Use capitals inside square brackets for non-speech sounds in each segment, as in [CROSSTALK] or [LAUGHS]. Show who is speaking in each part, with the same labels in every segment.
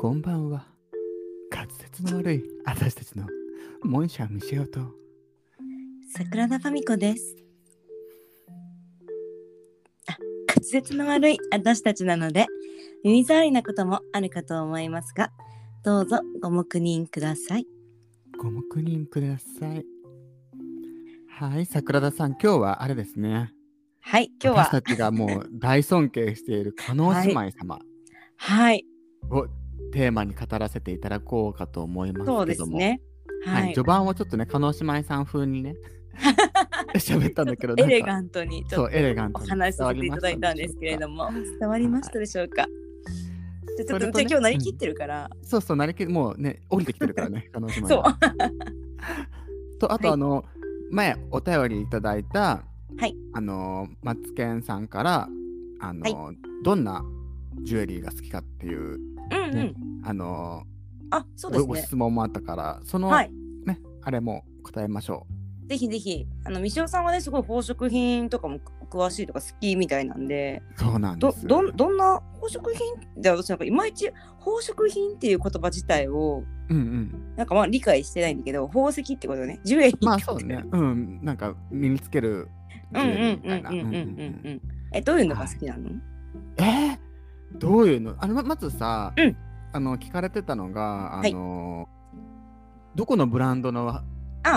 Speaker 1: こんばんは。滑舌の悪い私たちのモンシャンミシェオと
Speaker 2: 桜田ファミコです。あ、滑舌の悪い私たちなので、耳障りなこともあるかと思いますが、どうぞご黙認ください。
Speaker 1: ご黙認ください。はい、桜田さん、今日はあれですね。
Speaker 2: はい、今日
Speaker 1: 私た、
Speaker 2: は
Speaker 1: ちがもう大尊敬している加納姉妹様
Speaker 2: はい、
Speaker 1: をテーマに語らせていただこうかと思いますけども。
Speaker 2: そうですね。
Speaker 1: はい、
Speaker 2: はい、
Speaker 1: 序盤はちょっとね、加納姉妹さん風に
Speaker 2: [LAUGHS]
Speaker 1: ね、喋ったんだけど、
Speaker 2: エレガ
Speaker 1: ン
Speaker 2: ントにち
Speaker 1: そ
Speaker 2: ょ
Speaker 1: う
Speaker 2: っ、
Speaker 1: エレガン
Speaker 2: とお
Speaker 1: トに
Speaker 2: 話しさせていただいたんですけれども、伝わりましたでしょうか。じゃあちょっと、
Speaker 1: それと
Speaker 2: じゃ
Speaker 1: ね
Speaker 2: あ今日なりきってるから、
Speaker 1: そうそう、なりきもうね、降りてきてるからね、加納姉妹
Speaker 2: そう
Speaker 1: は。と、あと、
Speaker 2: はい
Speaker 1: あの、前お便りいただいた、
Speaker 2: はい
Speaker 1: あの、マツケンさんから、あの、どんなジュエリーが好きかっていう、
Speaker 2: うんう
Speaker 1: ね
Speaker 2: ん、
Speaker 1: あの、
Speaker 2: あ、そうで
Speaker 1: ご
Speaker 2: す
Speaker 1: ご
Speaker 2: ね。
Speaker 1: 質問もあったから、その、
Speaker 2: はい。
Speaker 1: ね、あれも答えましょ
Speaker 2: ぜひぜひ、あの、みしおさんはね、すごい宝飾品とかも詳しいとか好きみたいなんで、
Speaker 1: う。そうなんで
Speaker 2: ど
Speaker 1: す。
Speaker 2: どんどんな宝飾品って私なんかいまいち宝飾品っていう言葉自体を
Speaker 1: うんうん。
Speaker 2: なんかまあ理解してないんだけど宝石ってことねジュエリーってこと
Speaker 1: まあ、そうね。うん、なんか身につける
Speaker 2: う
Speaker 1: ジ
Speaker 2: ん [LAUGHS]
Speaker 1: ュ
Speaker 2: う
Speaker 1: エリーみ
Speaker 2: んうん
Speaker 1: たいな。
Speaker 2: うんうんうん
Speaker 1: うんうん
Speaker 2: うんえどういうのが好きなの、
Speaker 1: えー、どういうのあのままずさ、
Speaker 2: うん
Speaker 1: あの聞かれてたのが、
Speaker 2: はい
Speaker 1: あのどこのブランドの
Speaker 2: あ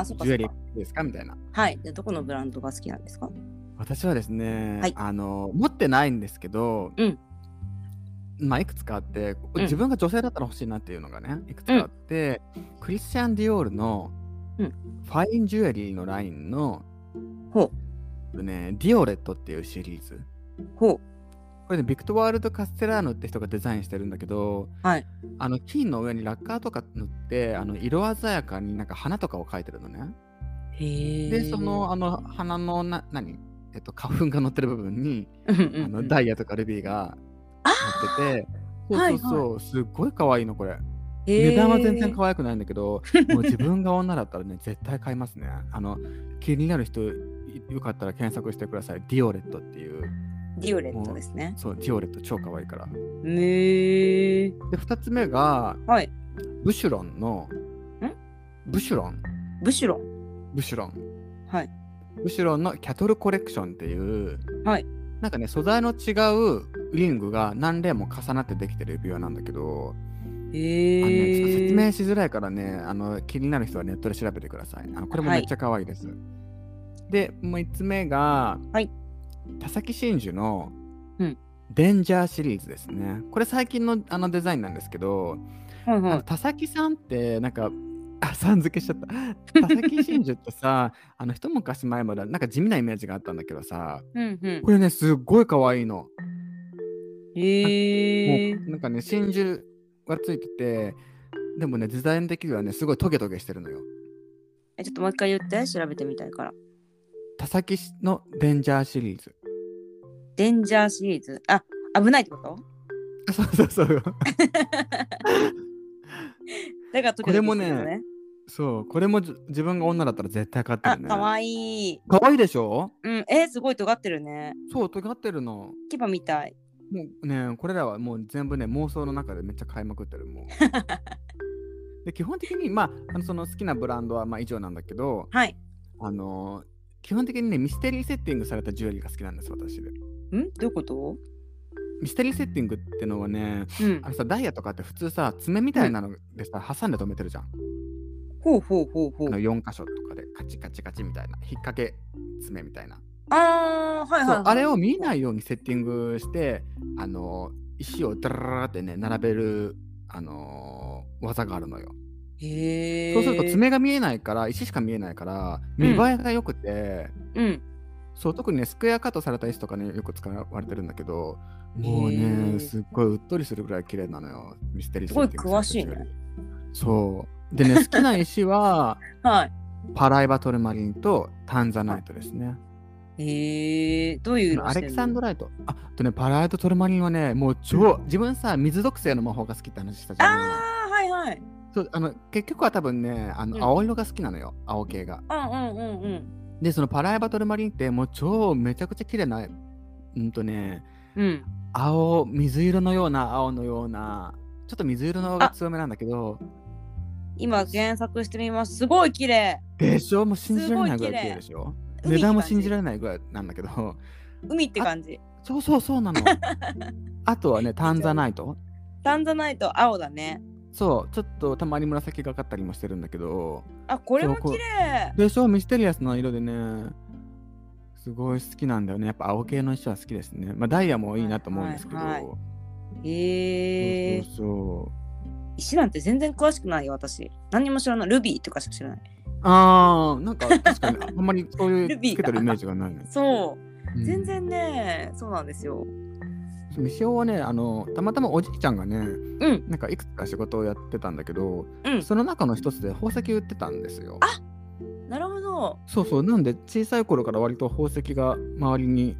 Speaker 2: あそっか
Speaker 1: ジュエ
Speaker 2: そっ
Speaker 1: リ
Speaker 2: か
Speaker 1: ーですかみたいな。
Speaker 2: はいでどこのブランドが好きなんですか
Speaker 1: 私はですね、
Speaker 2: はい
Speaker 1: あの持ってないんですけど、
Speaker 2: うん
Speaker 1: まあ、いくつかあって
Speaker 2: うん
Speaker 1: 自分が女性だったら欲しいなっていうのがねいくつかあって、クリスチャン・ディオールの
Speaker 2: うん
Speaker 1: ファインジュエリーのラインの、
Speaker 2: ほ
Speaker 1: ね、ディオレットっていうシリーズ。
Speaker 2: ほ
Speaker 1: これね、ビクトワールド・カステラーノって人がデザインしてるんだけど、
Speaker 2: はい
Speaker 1: あの金の上にラッカーとか塗ってあの色鮮やかになんか花とかを描いてるのね。
Speaker 2: うへえ
Speaker 1: でそのあの花のな何、えっと、花粉が乗ってる部分に、
Speaker 2: うん
Speaker 1: あ
Speaker 2: うんう
Speaker 1: の
Speaker 2: ん
Speaker 1: ダイヤとかルビーが
Speaker 2: あ
Speaker 1: 乗ってて。そう
Speaker 2: は
Speaker 1: そ
Speaker 2: いう
Speaker 1: そう、すっごい可愛いのこれ
Speaker 2: へー
Speaker 1: 値段は全然可愛くないんだけど
Speaker 2: [LAUGHS]
Speaker 1: もう自分が女だったらね絶対買いますねあの気になる人いよかったら検索してくださいディオレットっていう
Speaker 2: ディオレットですね
Speaker 1: そうディオレット超可愛いから
Speaker 2: へえ
Speaker 1: で2つ目が
Speaker 2: はい
Speaker 1: ブシュロンのブシュロン
Speaker 2: ブシュロン
Speaker 1: ブシュロン
Speaker 2: はい
Speaker 1: ブシュロンのキャトルコレクションっていう、
Speaker 2: はい
Speaker 1: なんかね素材の違うリングが何例も重なってできてる指輪なんだけど、あのねちょっと
Speaker 2: へえ
Speaker 1: 説明しづらいからねあの気になる人はネットで調べてくださいあのこれも
Speaker 2: は
Speaker 1: め
Speaker 2: い
Speaker 1: っちゃ可愛いです、でもう1つ目が、
Speaker 2: はい
Speaker 1: 田崎真珠の
Speaker 2: うん
Speaker 1: デンジャーシリーズですねこれ最近のあのデザインなんですけど、
Speaker 2: はい
Speaker 1: あ
Speaker 2: は
Speaker 1: の
Speaker 2: い
Speaker 1: 田崎さんってなんかあさん付けしちゃ
Speaker 2: [LAUGHS]
Speaker 1: った田崎真珠ってさあの一昔前まではなんか地味なイメージがあったんだけどさ
Speaker 2: うんうん
Speaker 1: これねすっごい可愛いの、
Speaker 2: へえ
Speaker 1: もうなんかね真珠がついててでもねデザイン的にはねすごいトゲトゲしてるのよ
Speaker 2: えちょっともう一回言って調べてみたいから
Speaker 1: 田崎のデンジャーシリーズ
Speaker 2: デンジャーシリーズあ危ないってこと
Speaker 1: あ [LAUGHS] そうそうそう
Speaker 2: だから時々
Speaker 1: これもね
Speaker 2: するの
Speaker 1: そうこれもじ自分が女だったら絶対買って
Speaker 2: あ
Speaker 1: るね
Speaker 2: かわいい
Speaker 1: 可愛いでしょ
Speaker 2: うんえーすごい尖ってるね
Speaker 1: そう尖ってるの
Speaker 2: 牙みたい
Speaker 1: もうね、これらはもう全部ね、妄想の中でめっちゃ買いまくってる、
Speaker 2: [LAUGHS]
Speaker 1: もう。で、基本的に、まあ、あのその好きなブランドはまあ以上なんだけど、
Speaker 2: はい
Speaker 1: あのー基本的にね、ミステリーセッティングされたジュエリーが好きなんです、私で。
Speaker 2: んどういうこと
Speaker 1: ミステリーセッティングってのはね、
Speaker 2: うん
Speaker 1: あれさ、ダイヤとかって普通さ、爪みたいなのでさ、挟んで止めてるじゃん。
Speaker 2: ほうほうほうほ
Speaker 1: あの
Speaker 2: う
Speaker 1: 4箇所とかで、カチカチカチみたいな、引っ掛け爪みたいな。
Speaker 2: あーはいはい、
Speaker 1: そ
Speaker 2: は
Speaker 1: う
Speaker 2: い、
Speaker 1: あれを見えないようにセッティングして、あのー石をダララララってね、並べる、あのー技があるのよ。
Speaker 2: へえ
Speaker 1: そうすると爪が見えないから石しか見えないから見栄えが良くて、
Speaker 2: うん
Speaker 1: そう特にねスクエアカットされた石とかねよく使われてるんだけどもう
Speaker 2: へ
Speaker 1: ね
Speaker 2: ー
Speaker 1: すっごいうっとりするぐらい綺麗なのよミステリー
Speaker 2: すごい
Speaker 1: セッティングされた
Speaker 2: 詳しいね
Speaker 1: 石よりそうでね好きな石は [LAUGHS]
Speaker 2: は
Speaker 1: パライバトルマリンとタンザナイトですね
Speaker 2: いへえどういうの
Speaker 1: ア
Speaker 2: して
Speaker 1: レ
Speaker 2: んの
Speaker 1: キサンドライトああとねパライバトルマリンはねもう超自分さ水属性の魔法が好きって話したじゃん
Speaker 2: あーはいはい
Speaker 1: そうあの結局は多分ねあ
Speaker 2: うん
Speaker 1: の青色が好きなのよ、青系が
Speaker 2: うんうんうんうん
Speaker 1: で、そのパラエバトルマリンってもう超めちゃくちゃ綺麗な、うんとね、
Speaker 2: うん
Speaker 1: 青、水色のような青のような、ちょっと水色の方が強めなんだけど、
Speaker 2: 今検索してみます。すごい綺麗。
Speaker 1: でしょもう信じられないぐらい綺麗でしょ値段も信じら
Speaker 2: れ
Speaker 1: れないぐらいなんだけど、
Speaker 2: 海って感じ。
Speaker 1: そうそうそう
Speaker 2: [LAUGHS]
Speaker 1: なの。あとはね、タンザナイト。
Speaker 2: タンザナイト青だね。
Speaker 1: そう、ちょっとたまに紫がかったりもしてるんだけど、
Speaker 2: あ、これも
Speaker 1: そうこう
Speaker 2: 綺麗。
Speaker 1: でしょミステリアスな色でね、すごい好きなんだよね。やっぱ青系の人は好きですね。まあダイヤもいいなと思うんですけど、
Speaker 2: はいはいはへえ
Speaker 1: そう。そう
Speaker 2: 石なんて全然詳しくないよ私。何にも知らない。ルビーとかしか知らない。
Speaker 1: そう。ああ、なんか確かにあんまりそうい
Speaker 2: ル
Speaker 1: う
Speaker 2: ビー
Speaker 1: つけてるイメージがないね。
Speaker 2: そう。
Speaker 1: うん
Speaker 2: 全。然ね、そうなんですよ。
Speaker 1: ミシオはね、あの、たまたまおじいちゃんがね、
Speaker 2: うん
Speaker 1: なんかいくつか仕事をやってたんだけど、
Speaker 2: うん
Speaker 1: その中の一つで宝石売ってたんですよ。
Speaker 2: なるほど。
Speaker 1: そうそう、なんで小さい頃から割と宝石が周りに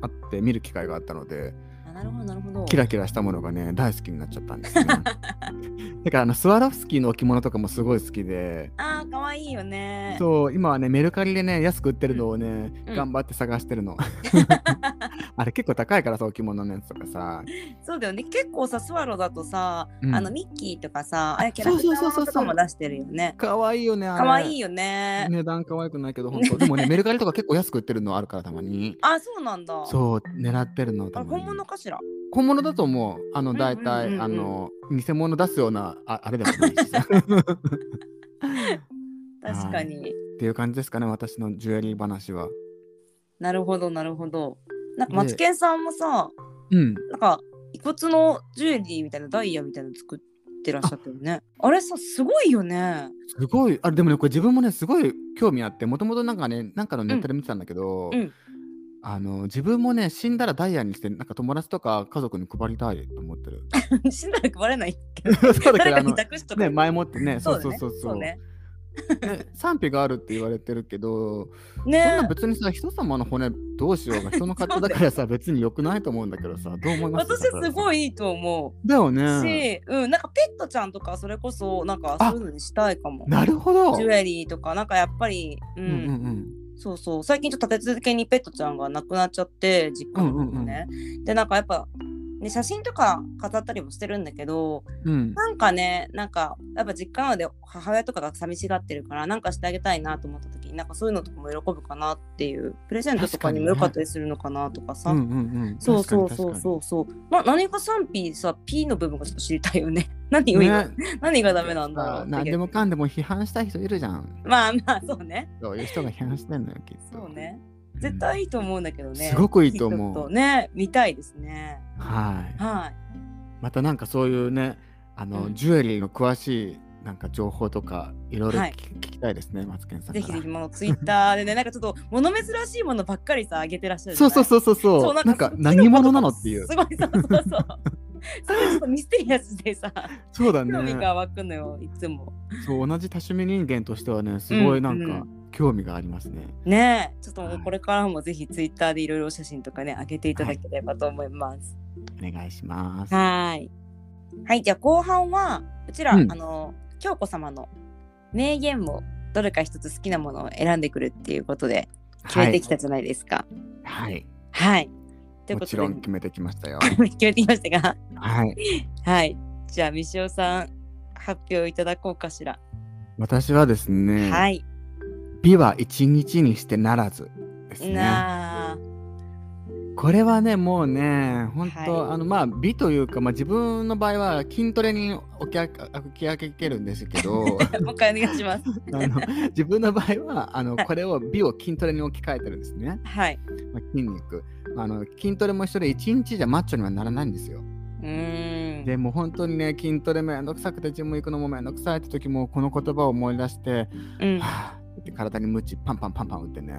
Speaker 1: あって見る機会があったので、
Speaker 2: あ、なるほどなるほど。
Speaker 1: キラキラしたものがね、大好きになっちゃったんですね。
Speaker 2: [LAUGHS]
Speaker 1: だからあのスワロフスキーの置物とかもすごい好きで、
Speaker 2: あー、可愛いよね。
Speaker 1: そう、今はね、メルカリでね、安く売ってるのをね、
Speaker 2: うん
Speaker 1: 頑張って探してる
Speaker 2: [LAUGHS]
Speaker 1: の。あれ結構高いからさ、置物のやつとかさ。
Speaker 2: そうだよね。結構さ、スワロだとさ、
Speaker 1: うん
Speaker 2: あのミッキーとかさ、ああいうキャ
Speaker 1: そ
Speaker 2: ラ
Speaker 1: う
Speaker 2: クタ
Speaker 1: そうそうそう
Speaker 2: ーとかも出してるよね。
Speaker 1: かわいいよね、あれ。
Speaker 2: 可愛いよね。
Speaker 1: 値段可愛くないけど、本当でもね、メルカリとか結構安く売ってるのあるから、たまに。
Speaker 2: あ、そうなんだ。う。
Speaker 1: そう、狙ってるの、
Speaker 2: あ
Speaker 1: た
Speaker 2: れ
Speaker 1: ま
Speaker 2: 本
Speaker 1: に。
Speaker 2: 物かしら。
Speaker 1: 本物だと思う。あの、
Speaker 2: ん
Speaker 1: 大体、
Speaker 2: うんうん
Speaker 1: あの、偽物出すような、ああれでもない
Speaker 2: [LAUGHS]
Speaker 1: しさ。
Speaker 2: 確かに。
Speaker 1: っていう感じですかね、私のジュエリー話は。
Speaker 2: なるほど、なるほど。なんか
Speaker 1: で
Speaker 2: マツケンさんもさ、
Speaker 1: うん。
Speaker 2: なんか遺骨のジュエリーみたいなダイヤみたいなの作ってらっしゃったよね。あれさ、すごいよね。 [LAUGHS]
Speaker 1: すごい、あれでもね、これ自分もね、すごい興味あって、もともとなんかね、なんかのネットで見てたんだけど、
Speaker 2: うんうん
Speaker 1: あの自分もね、死んだらダイヤにして、なんか友達とか家族に配りたいと思って
Speaker 2: [LAUGHS]
Speaker 1: る。
Speaker 2: 死んだら配れないけど。
Speaker 1: そうだけ
Speaker 2: 誰
Speaker 1: ど、あ
Speaker 2: か
Speaker 1: の
Speaker 2: に、託しとか。
Speaker 1: ね、前もってね、そう
Speaker 2: だ
Speaker 1: そう
Speaker 2: ね
Speaker 1: そうそう。
Speaker 2: ね。
Speaker 1: ね賛否があるって言われてるけど、そん
Speaker 2: ね
Speaker 1: な別にさ、人様の骨どうしようが人の勝手だから
Speaker 2: [LAUGHS]
Speaker 1: さ、別に良くないと思うんだけどさ、どう思います
Speaker 2: 私はす
Speaker 1: い。
Speaker 2: ごいいいと思う。
Speaker 1: だよね。
Speaker 2: し、うん、なんかペットちゃんとかそれこそなんか
Speaker 1: あ
Speaker 2: そういうのにしたいかも。
Speaker 1: なるほど。
Speaker 2: ジュエリーとかなんかやっぱり、うん
Speaker 1: うんうん
Speaker 2: そうそう最近ちょっと立て続けにペットちゃんが亡くなっちゃって実家の方がね、でなんかやっぱ、ね、写真とか飾ったりもしてるんだけど
Speaker 1: うん。うん
Speaker 2: なんかねなんかやっぱ実家なので母親とかが寂しがってるからなんかしてあげたいなと思った時になんかそういうのとかも喜ぶかなっていうプレゼントとかにもよかったりするのかなとかさ。
Speaker 1: うんうんうん。
Speaker 2: そうそうそ
Speaker 1: 確
Speaker 2: う
Speaker 1: かに
Speaker 2: そうそう。ま何か賛否さ P の部分がちょっと知りたいよね。 [LAUGHS] 何を
Speaker 1: 確
Speaker 2: 言う、
Speaker 1: かに。ね
Speaker 2: 何がダメなんだろうって
Speaker 1: 何でもかんでも批判したい人いるじゃん。
Speaker 2: まあまあそうね。
Speaker 1: そういう人が批判してんのよ、きっと。
Speaker 2: そうね。
Speaker 1: うん
Speaker 2: 絶対いいと思うんだけどね。
Speaker 1: すごくいいと思う
Speaker 2: ちょっね、見たいですね。
Speaker 1: はい。
Speaker 2: はい。
Speaker 1: またなんかそういうね、あの、
Speaker 2: うん
Speaker 1: ジュエリーの詳しいなんか情報とか、いろいろ
Speaker 2: はい
Speaker 1: 聞きたいですね、マツケンさんか
Speaker 2: ぜ
Speaker 1: ら。
Speaker 2: ひぜひものツイッターでね、 [LAUGHS] なんかちょっと物珍しいものばっかりさ、あげてらっしゃるじ
Speaker 1: そ
Speaker 2: ゃ
Speaker 1: う
Speaker 2: ない
Speaker 1: そうそうそうそう。
Speaker 2: そう
Speaker 1: なんか何者なのっていう。
Speaker 2: すごいそうそう
Speaker 1: [LAUGHS]
Speaker 2: そう。それちょっとミステリアスでさ、
Speaker 1: そうだね。
Speaker 2: 興味が湧くのよ、いつも。
Speaker 1: そう同じ多趣味人間としてはねすごいなん
Speaker 2: う
Speaker 1: か興味がありますね。
Speaker 2: ねえ、ちょっとも
Speaker 1: は
Speaker 2: う
Speaker 1: い
Speaker 2: これからもぜひツイッターでいろいろ写真とかね、あげていただければと思います。
Speaker 1: お願いします。
Speaker 2: はい。はい、じゃあ後半は、うちら、
Speaker 1: うん
Speaker 2: あの、京子様の名言をどれか一つ好きなものを選んでくるっていうことで決
Speaker 1: は
Speaker 2: めて
Speaker 1: い
Speaker 2: きたじゃないですか。
Speaker 1: はい。
Speaker 2: はい。という
Speaker 1: も
Speaker 2: こ
Speaker 1: ち
Speaker 2: とで
Speaker 1: ろん決めてきましたよ。
Speaker 2: [LAUGHS] 決めてきましたが、
Speaker 1: はい。
Speaker 2: はい。じゃあ、みしおさん、発表いただこうかしら。
Speaker 1: 私はですね、
Speaker 2: はい。
Speaker 1: 美は一日にしてならずですね。
Speaker 2: なあ、
Speaker 1: これはねもうね本当、
Speaker 2: はい
Speaker 1: あのまあ美というかまあ自分の場合は筋トレにおきあ浮き上げるんですけ
Speaker 2: [LAUGHS]
Speaker 1: ど。
Speaker 2: もう一回お願いします。
Speaker 1: あの自分の場合はあのこれを美を筋トレに置き換えてるんですね、
Speaker 2: はい。
Speaker 1: まあ、筋肉あの筋トレも一緒で一日じゃマッチョにはならないんですよ
Speaker 2: うーん。
Speaker 1: でもう本当にね筋トレめんどくさくてジム行くのもめんどくさいって時もこの言葉を思い出して、
Speaker 2: うん。
Speaker 1: は [LAUGHS] ぁって体にムチパンパンパンパン打ってね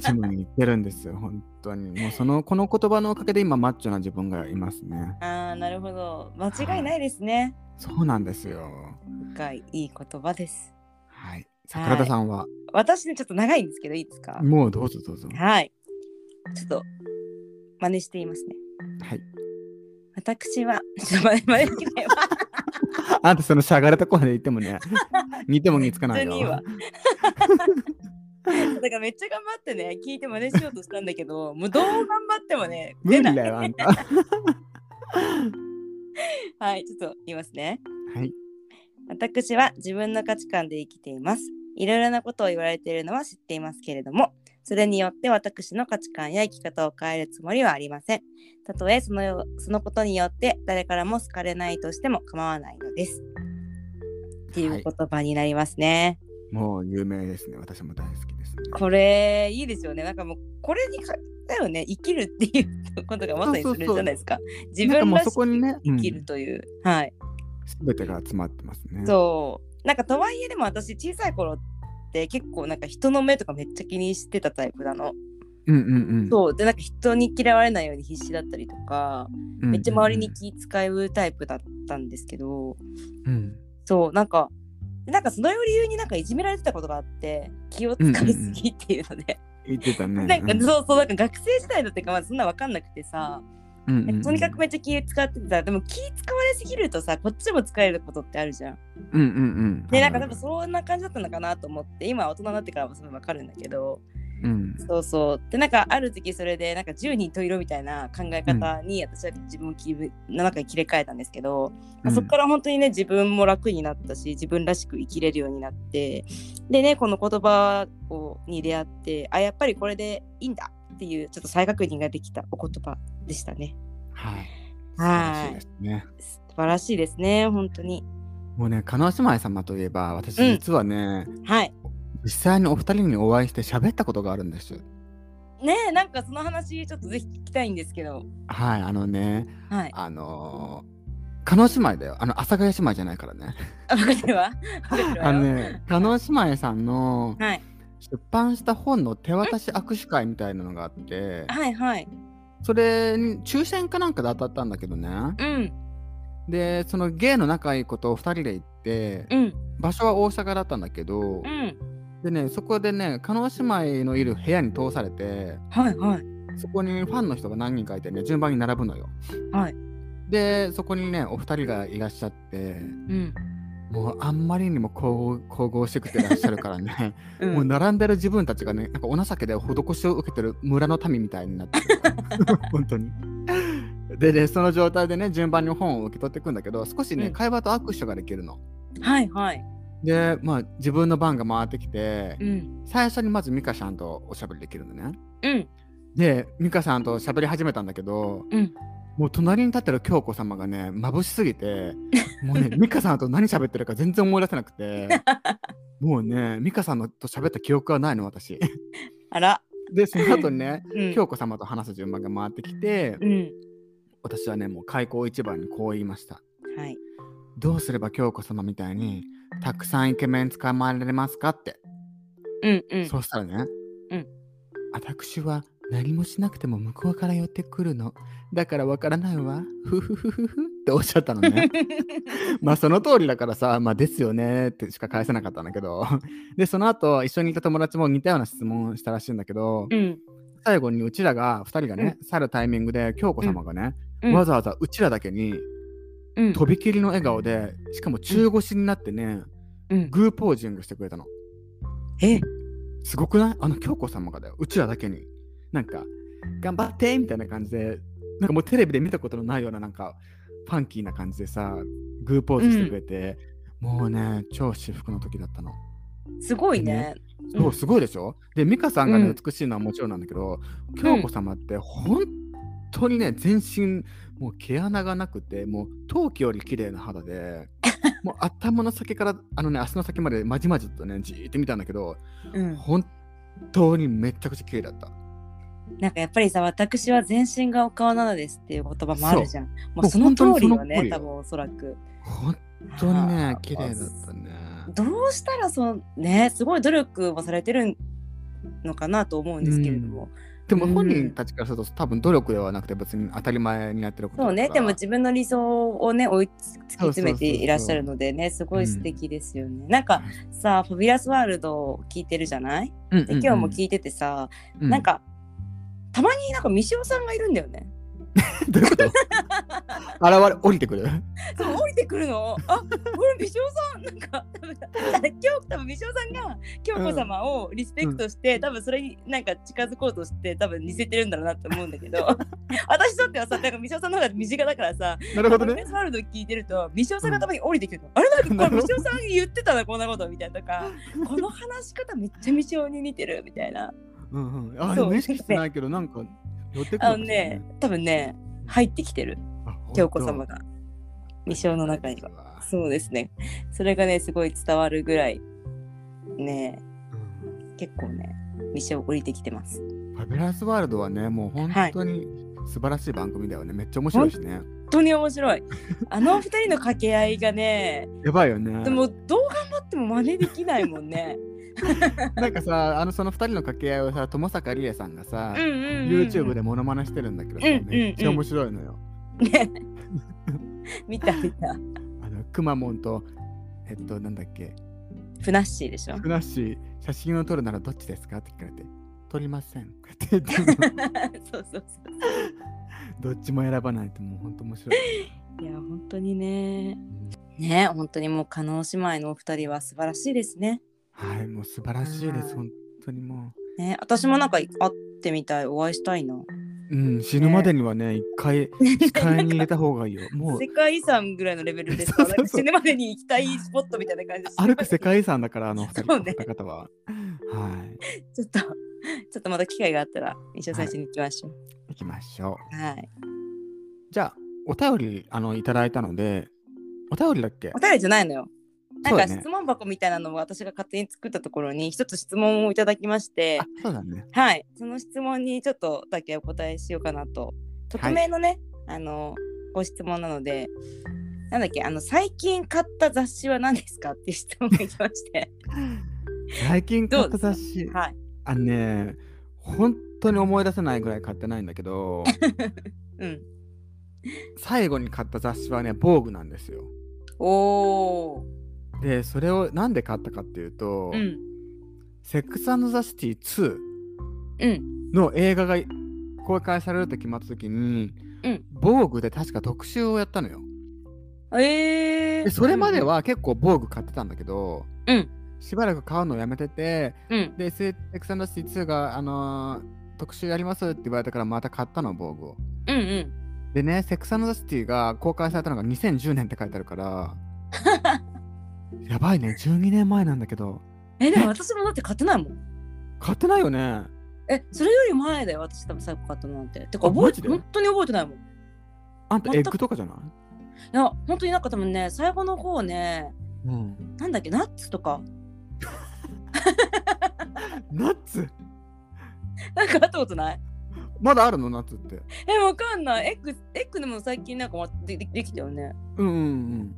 Speaker 1: ジムに行ってるんですよ本当にもうそのこの言葉のおかげで今マッチョな自分がいますね
Speaker 2: ああ、なるほど。間違いないですね。
Speaker 1: そうなんですよ
Speaker 2: 深いいい言葉です。
Speaker 1: はい桜田さんは、
Speaker 2: 私ね、ちょっと長いんですけど、いいですか
Speaker 1: もうどうぞどうぞ
Speaker 2: はい。ちょっと、真似していますね。
Speaker 1: はい
Speaker 2: 私は、ちょっと真似、真似できないわ。 [LAUGHS]
Speaker 1: あんたそのしゃがれた声で言ってもね似ても似つかないよ
Speaker 2: 普通にいいわだからめっちゃ頑張ってね、聞いて真似しようとしたんだけど、もうどう頑張ってもね、
Speaker 1: 無
Speaker 2: 出な
Speaker 1: 理
Speaker 2: い。
Speaker 1: だよあんた
Speaker 2: はい、ちょっと言いますね。
Speaker 1: はい。
Speaker 2: 私は自分の価値観で生きています。いろいろなことを言われているのは知っていますけれども、それによって私の価値観や生き方を変えるつもりはありません。たとえそのよそのことによって誰からも好かれないとしても構わないのです。っていう言葉になりますね。
Speaker 1: もう有名ですね。私も大好きですね。
Speaker 2: これいいですよね。なんかもうこれにかだよね。生きるっていうことがまさに
Speaker 1: そう
Speaker 2: そ
Speaker 1: そうそう
Speaker 2: れじゃないですか。自
Speaker 1: なんか
Speaker 2: 分
Speaker 1: もう
Speaker 2: らし
Speaker 1: そ
Speaker 2: く
Speaker 1: こにね、
Speaker 2: 生きるという。はい。
Speaker 1: すべてが詰まってますね。
Speaker 2: そうなんかとはいえでも私小さい頃って結構なんか人の目とかめっちゃ気にしてたタイプなの、
Speaker 1: うんうんうん。
Speaker 2: そうでなんか人に嫌われないように必死だったりとか
Speaker 1: うん
Speaker 2: めっちゃ周りに気使うタイプだったんですけど
Speaker 1: うん
Speaker 2: そうなんかなんかその理由になんかいじめられてたことがあって気を使いすぎっていうので、
Speaker 1: 言ってたね。
Speaker 2: なんかそうそうなんか学生時代だってかまあそんなわかんなくてさ、
Speaker 1: うんうんうん
Speaker 2: とにかくめっちゃ気使ってたでも気使われすぎるとさこっちも疲れることってあるじゃん
Speaker 1: うんうんうん。
Speaker 2: で
Speaker 1: あ
Speaker 2: な
Speaker 1: る
Speaker 2: んか多分そんな感じだったのかなと思って今大人になってからもそれ分かるんだけど
Speaker 1: うん
Speaker 2: そうそうでなんかある時それでなんか10人十色みたいな考え方に私は自分を気分の中に切り替えたんですけど、まあそこから本当にね自分も楽になったし自分らしく生きれるようになってでねこの言葉をに出会ってあやっぱりこれでいいんだっていうちょっと再確認ができたお言葉でしたね
Speaker 1: はい。
Speaker 2: は
Speaker 1: 素晴らしい
Speaker 2: い
Speaker 1: ですね。
Speaker 2: 素晴らしいですね本当に
Speaker 1: もうね、叶姉妹様といえば、私
Speaker 2: うん
Speaker 1: 実はね、
Speaker 2: はい
Speaker 1: 実際にお二人にお会いして喋ったことがあるんです。
Speaker 2: ねえなんかその話ちょっとぜひ聞きたいんですけど
Speaker 1: はい、あのね、
Speaker 2: はい
Speaker 1: あのー、叶姉妹だよ。あの、阿佐ヶ谷姉妹じゃないからね。
Speaker 2: あ、わかるわ。わかるわ
Speaker 1: あ
Speaker 2: よ
Speaker 1: のね、叶姉妹さんの
Speaker 2: はい。
Speaker 1: 出版した本の手渡し握手会みたいなのがあって、
Speaker 2: はいはい。
Speaker 1: それに抽選かなんかで当たったんだけどね。
Speaker 2: うん。
Speaker 1: で、その芸の仲いいことを二人で行って、
Speaker 2: うん。
Speaker 1: 場所は大阪だったんだけど
Speaker 2: う、ん。
Speaker 1: でね、そこでね、叶姉妹のいる部屋に通されて、
Speaker 2: はいはい。
Speaker 1: そこにファンの人が何人かいてね、順番に並ぶのよ。
Speaker 2: はい。
Speaker 1: で、そこにね、お二人がいらっしゃって、
Speaker 2: うん。
Speaker 1: もうあんまりにも神々神々しくていらっしゃるから
Speaker 2: [LAUGHS]
Speaker 1: ね、
Speaker 2: う、
Speaker 1: もうん並んでる自分たちがね、なんかお情けで施しを受けてる村の民みたいになってる。
Speaker 2: [LAUGHS]
Speaker 1: 本当に。でね、その状態でね、順番に本を受け取っていくんだけど、少しね、
Speaker 2: うん
Speaker 1: 会話と握手ができるの。
Speaker 2: はいはい。
Speaker 1: で、まあ、自分の番が回ってきて
Speaker 2: う、ん。
Speaker 1: 最初にまずミカちゃんとおしゃべりできるのね。
Speaker 2: うん。
Speaker 1: で、ミカさんと喋り始めたんだけど、
Speaker 2: うん。
Speaker 1: もう隣に立ってる京子様がね眩しすぎてもう
Speaker 2: [LAUGHS]
Speaker 1: ね美香さんと何喋ってるか全然思い出せなくてもうね美香さんのと喋った記憶はないの私
Speaker 2: あら。
Speaker 1: でその後にね
Speaker 2: うん。
Speaker 1: 京子様と話す順番が回ってきて
Speaker 2: うん。
Speaker 1: 私はねもう開口一番にこう言いました
Speaker 2: はい。
Speaker 1: どうすれば京子様みたいにたくさんイケメン捕まえられますかって、
Speaker 2: うんうん。
Speaker 1: そうしたらね、
Speaker 2: うん
Speaker 1: 私は何もしなくても向こうから寄ってくるのだからわからないわふふふふふっておっしゃったの
Speaker 2: [LAUGHS]
Speaker 1: ねまあその通りだからさ、まあですよねってしか返せなかったんだけど、で、その後一緒にいた友達も似たような質問をしたらしいんだけど、
Speaker 2: うん。
Speaker 1: 最後にうちらが、2人がね、去るタイミングで、京子様がね、
Speaker 2: うん
Speaker 1: わざわざうちらだけに、
Speaker 2: うん。
Speaker 1: とびきりの笑顔で、しかも中腰になってね、
Speaker 2: うん。
Speaker 1: グーポージングしてくれたの。
Speaker 2: え。
Speaker 1: すごくないあの京子様がだよ、うちらだけに。なんか、頑張ってみたいな感じで、なんかもうテレビで見たことのないような、なんか、ファンキーな感じでさ、グーポーズしてくれて、もうね、超至福の時だったの。
Speaker 2: すごいね。
Speaker 1: そうう、
Speaker 2: ん
Speaker 1: すごいでしょで、美香さんが
Speaker 2: う
Speaker 1: ね
Speaker 2: ん、
Speaker 1: 美しいのはもちろんなんだけど、京子様って本当にね、全身、もう毛穴がなくて、もう陶器より綺麗な肌
Speaker 2: [LAUGHS]
Speaker 1: で、もう頭の先から、あのね、足の先までまじまじとね、じーって見たんだけど、
Speaker 2: うん。
Speaker 1: 本当にめちゃくちゃ綺麗だった。
Speaker 2: なんかやっぱりさ、私は全身がお顔なのですっていう言葉もあるじゃん。も
Speaker 1: もう
Speaker 2: うその通りよ
Speaker 1: 本当にその通
Speaker 2: ね。
Speaker 1: りよ
Speaker 2: 多分おそらく。
Speaker 1: 本当にね
Speaker 2: あ、
Speaker 1: 綺麗だったね。
Speaker 2: どうしたらそのね、すごい努力もされてるのかなと思うんですけれども。
Speaker 1: でも
Speaker 2: うん
Speaker 1: 本人たちからすると、多分努力ではなくて、別に当たり前にやってることだ
Speaker 2: そう
Speaker 1: から
Speaker 2: ね、でも自分の理想をね、追いつ突き詰めていらっしゃるのでね、すごい素敵ですよね。なんかさあ、ファビュラスワールドを聞いてるじゃない
Speaker 1: うんうん
Speaker 2: で、今日も聞いててさ、
Speaker 1: うん
Speaker 2: なんか、たまになんかミシオさんがいるんだよね。
Speaker 1: どういうこと
Speaker 2: [LAUGHS]
Speaker 1: 現れ、降りてくる
Speaker 2: そう降りてくるのあ俺美少さんなんか多分今日多分美少さんが京子様をリスペクトして、多分それになんか近づこうとして多分似せてるんだろうなって思うんだけど [LAUGHS] 私とってはさなんか美少さんの方が身近だからさ
Speaker 1: なるほど
Speaker 2: ポケ
Speaker 1: ね。
Speaker 2: スワールド聞いてると、ミシオさんがたまに降りてきてるの、あれなんかこれミシオさん言ってたな、こんなことみたいなとか、この話し方めっちゃミシオに似てるみたいな。
Speaker 1: うんうん。あ、
Speaker 2: そ
Speaker 1: で
Speaker 2: う
Speaker 1: も意識してないけど、なんか、寄ってくるか
Speaker 2: あ
Speaker 1: も
Speaker 2: の
Speaker 1: しれない
Speaker 2: ね、多分ね、入ってきてる、
Speaker 1: あほんと
Speaker 2: 京子様が、ミシオの中には。そうですね。それがね、すごい伝わるぐらい、ね、
Speaker 1: うん
Speaker 2: 結構ね、ミシオ降りてきてます。
Speaker 1: ファベラスワールドはね、もう本当に素晴らしい番組だよね。めっちゃ面白いしね。
Speaker 2: 本当に面白い。あの二人の掛け合いがね、
Speaker 1: やばいよね。
Speaker 2: でもどう頑張っても真似できないもんね。
Speaker 1: [LAUGHS] なんかさ、あのその二人の掛け合いをさ、友坂理恵さんがさ、
Speaker 2: うんうんうん、
Speaker 1: YouTube でモノマネしてるんだけどさ、
Speaker 2: うんうんうん
Speaker 1: めっちゃ面白いのよ。
Speaker 2: ね見た見た。
Speaker 1: あのくまモンと、えっと、なんだっけ、
Speaker 2: ふなっしーでしょ [LAUGHS]
Speaker 1: ふなっしー、写真を撮るならどっちですかって聞かれて、撮りませ
Speaker 2: [LAUGHS]
Speaker 1: ん。って言ってるの
Speaker 2: そうそう
Speaker 1: どっちも選ばないと、もう本当面白い。
Speaker 2: そういや本当にねね本当にもう加納姉妹のお二人は素晴らしいですね
Speaker 1: はい、もう素晴らしいで
Speaker 2: はい
Speaker 1: す、本当にも
Speaker 2: ね私もなんか会ってみたいお会いしたいな
Speaker 1: う。うん、死ぬまでにはね、一回、視界に入れた方がいいよ。もう
Speaker 2: [LAUGHS] 世、界遺産ぐらいのレベルです
Speaker 1: そう
Speaker 2: か
Speaker 1: そう
Speaker 2: ら
Speaker 1: そう
Speaker 2: 死ぬまでに行きたいスポットみたいな感じ
Speaker 1: 歩く世界遺産だから、あの、お二人
Speaker 2: そう
Speaker 1: お
Speaker 2: ね
Speaker 1: 二方は。はい、
Speaker 2: ちょっとち [LAUGHS] ょっとまた機会があったら一緒最初に行きましょう
Speaker 1: 行きましょう。
Speaker 2: はい
Speaker 1: じゃあ、お便り、あの、いただいたので、お便りだっけ
Speaker 2: お便りじゃないのよなん
Speaker 1: そ
Speaker 2: か
Speaker 1: うだね
Speaker 2: 質問箱みたいなのを私が勝手に作ったところに一つ質問をいただきまして
Speaker 1: あ、そうだね。
Speaker 2: はい、その質問にちょっとだけお答えしようかなと。
Speaker 1: は
Speaker 2: 匿
Speaker 1: い
Speaker 2: 名のね、あのご質問なので、なんだっけ、あの最近買った雑誌は何ですかっていう質問が来まして、
Speaker 1: 最近買った雑誌。
Speaker 2: はい、
Speaker 1: あのね、本当に思い出せないぐらい買ってないんだけ
Speaker 2: [LAUGHS]
Speaker 1: ど、
Speaker 2: うん、
Speaker 1: 最後に買った雑誌はね、防具なんですよ。
Speaker 2: おー、
Speaker 1: で、それをなんで買ったかっていうと、
Speaker 2: うん、
Speaker 1: セックスザシティ2
Speaker 2: うん、
Speaker 1: の映画が公開されると決まった時に、
Speaker 2: うん
Speaker 1: 防具で確か特集をやったのよ。
Speaker 2: えー、
Speaker 1: でそれまで、は結構防具買ってたんだけど、
Speaker 2: うん
Speaker 1: しばらく買うのをやめてて、
Speaker 2: うん、
Speaker 1: で、セックスザシティ2が、あのー特集やりますって言われたからまた買ったの防具を。
Speaker 2: うん、うん、
Speaker 1: でね、セックスザシティが公開されたのが2010年って書いてある
Speaker 2: [LAUGHS]
Speaker 1: から、やばいね、12年前なんだけど、
Speaker 2: え、でも私もだって買ってないもん。
Speaker 1: 買ってないよね。
Speaker 2: え、それより前だよ、私多分最後買ったのなんて。てか
Speaker 1: あ
Speaker 2: 覚
Speaker 1: マ
Speaker 2: え
Speaker 1: ジ
Speaker 2: て、
Speaker 1: で
Speaker 2: 本当に覚えてないもん。
Speaker 1: あんたエ
Speaker 2: 全
Speaker 1: ッ
Speaker 2: く
Speaker 1: グとかじゃない
Speaker 2: いや、本当になんか多分ね、最後の方ね、
Speaker 1: うん。
Speaker 2: なんだっけ、ナッツとか、 [LAUGHS]
Speaker 1: ナッツ
Speaker 2: なんかあったことない
Speaker 1: まだあるのナッツって。
Speaker 2: え、わかんない。エッグ、エッグでも最近なんかまででできたよね。
Speaker 1: うんうん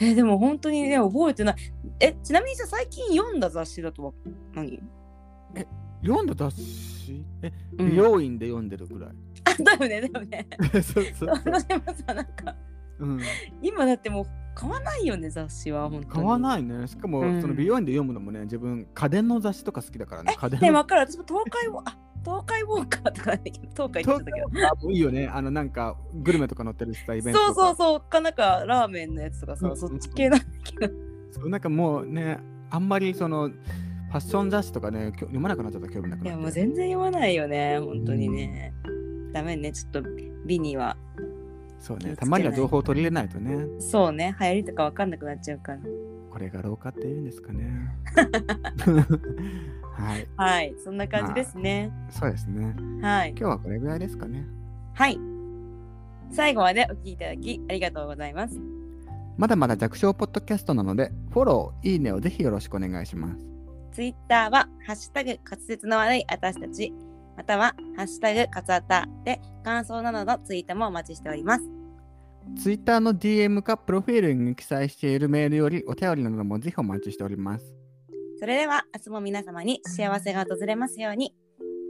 Speaker 2: え、でも本当にね、覚えてない。え、ちなみにさ、最近読んだ雑誌だとは何、
Speaker 1: うん。読んだ雑誌え、
Speaker 2: うん
Speaker 1: 美容院で読んでるくら
Speaker 2: [LAUGHS]
Speaker 1: い。
Speaker 2: あ、だよね、だよね。 [LAUGHS]
Speaker 1: そうそう
Speaker 2: あのでもさ、なんか、
Speaker 1: うん、
Speaker 2: 今だってもう買わないよね、雑誌は。本当に
Speaker 1: 買わ
Speaker 2: い。
Speaker 1: ないね。しかも、
Speaker 2: うん
Speaker 1: その美容院で読むのもね、自分、家電の雑誌とか好きだ
Speaker 2: [LAUGHS]
Speaker 1: からね。家 [LAUGHS] 電
Speaker 2: で、
Speaker 1: の
Speaker 2: わかる。私も東海を、あ、東海ウォーカーとかなんだけど、東海って言ってたけど。
Speaker 1: あもういいよね。あの、なんか、グルメとか載ってるしさ、イベントと
Speaker 2: そ
Speaker 1: か。
Speaker 2: うそうそう、かなんかラーメンのやつとか
Speaker 1: う
Speaker 2: さ、
Speaker 1: ん
Speaker 2: そっち系なんだけど。
Speaker 1: そうなんかもうねあんまりそのファッション雑誌とかねきょ読まなくなっちゃった興味なく
Speaker 2: い
Speaker 1: なっ
Speaker 2: や、
Speaker 1: て
Speaker 2: もう全然読まないよね、本当にね。ダメね、ちょっと美には
Speaker 1: そう
Speaker 2: 気をつけな
Speaker 1: ね
Speaker 2: い
Speaker 1: たまには情報を取り入れないとね
Speaker 2: そうね、流行りとかわかんなくなっちゃうから。
Speaker 1: これが老化っていうんですかね
Speaker 2: [LAUGHS]
Speaker 1: はい
Speaker 2: はい、そんな感じですね。
Speaker 1: そうですね
Speaker 2: はい
Speaker 1: 今。日はこれぐらいですかね
Speaker 2: はい。最後までお聞きいただきありがとうございます。
Speaker 1: まだまだ弱小ポッドキャストなのでフォローいいねをぜひよろしくお願いします
Speaker 2: ツイッターは、ハッシュタグ滑舌の悪い私たち、または、ハッシュタグカツアタで感想などのツイートもお待ちしております。
Speaker 1: ツイッターの DM かプロフィールに記載しているメールよりお便りなどもぜひお待ちしております
Speaker 2: それでは、明日も皆様に幸せが訪れますように、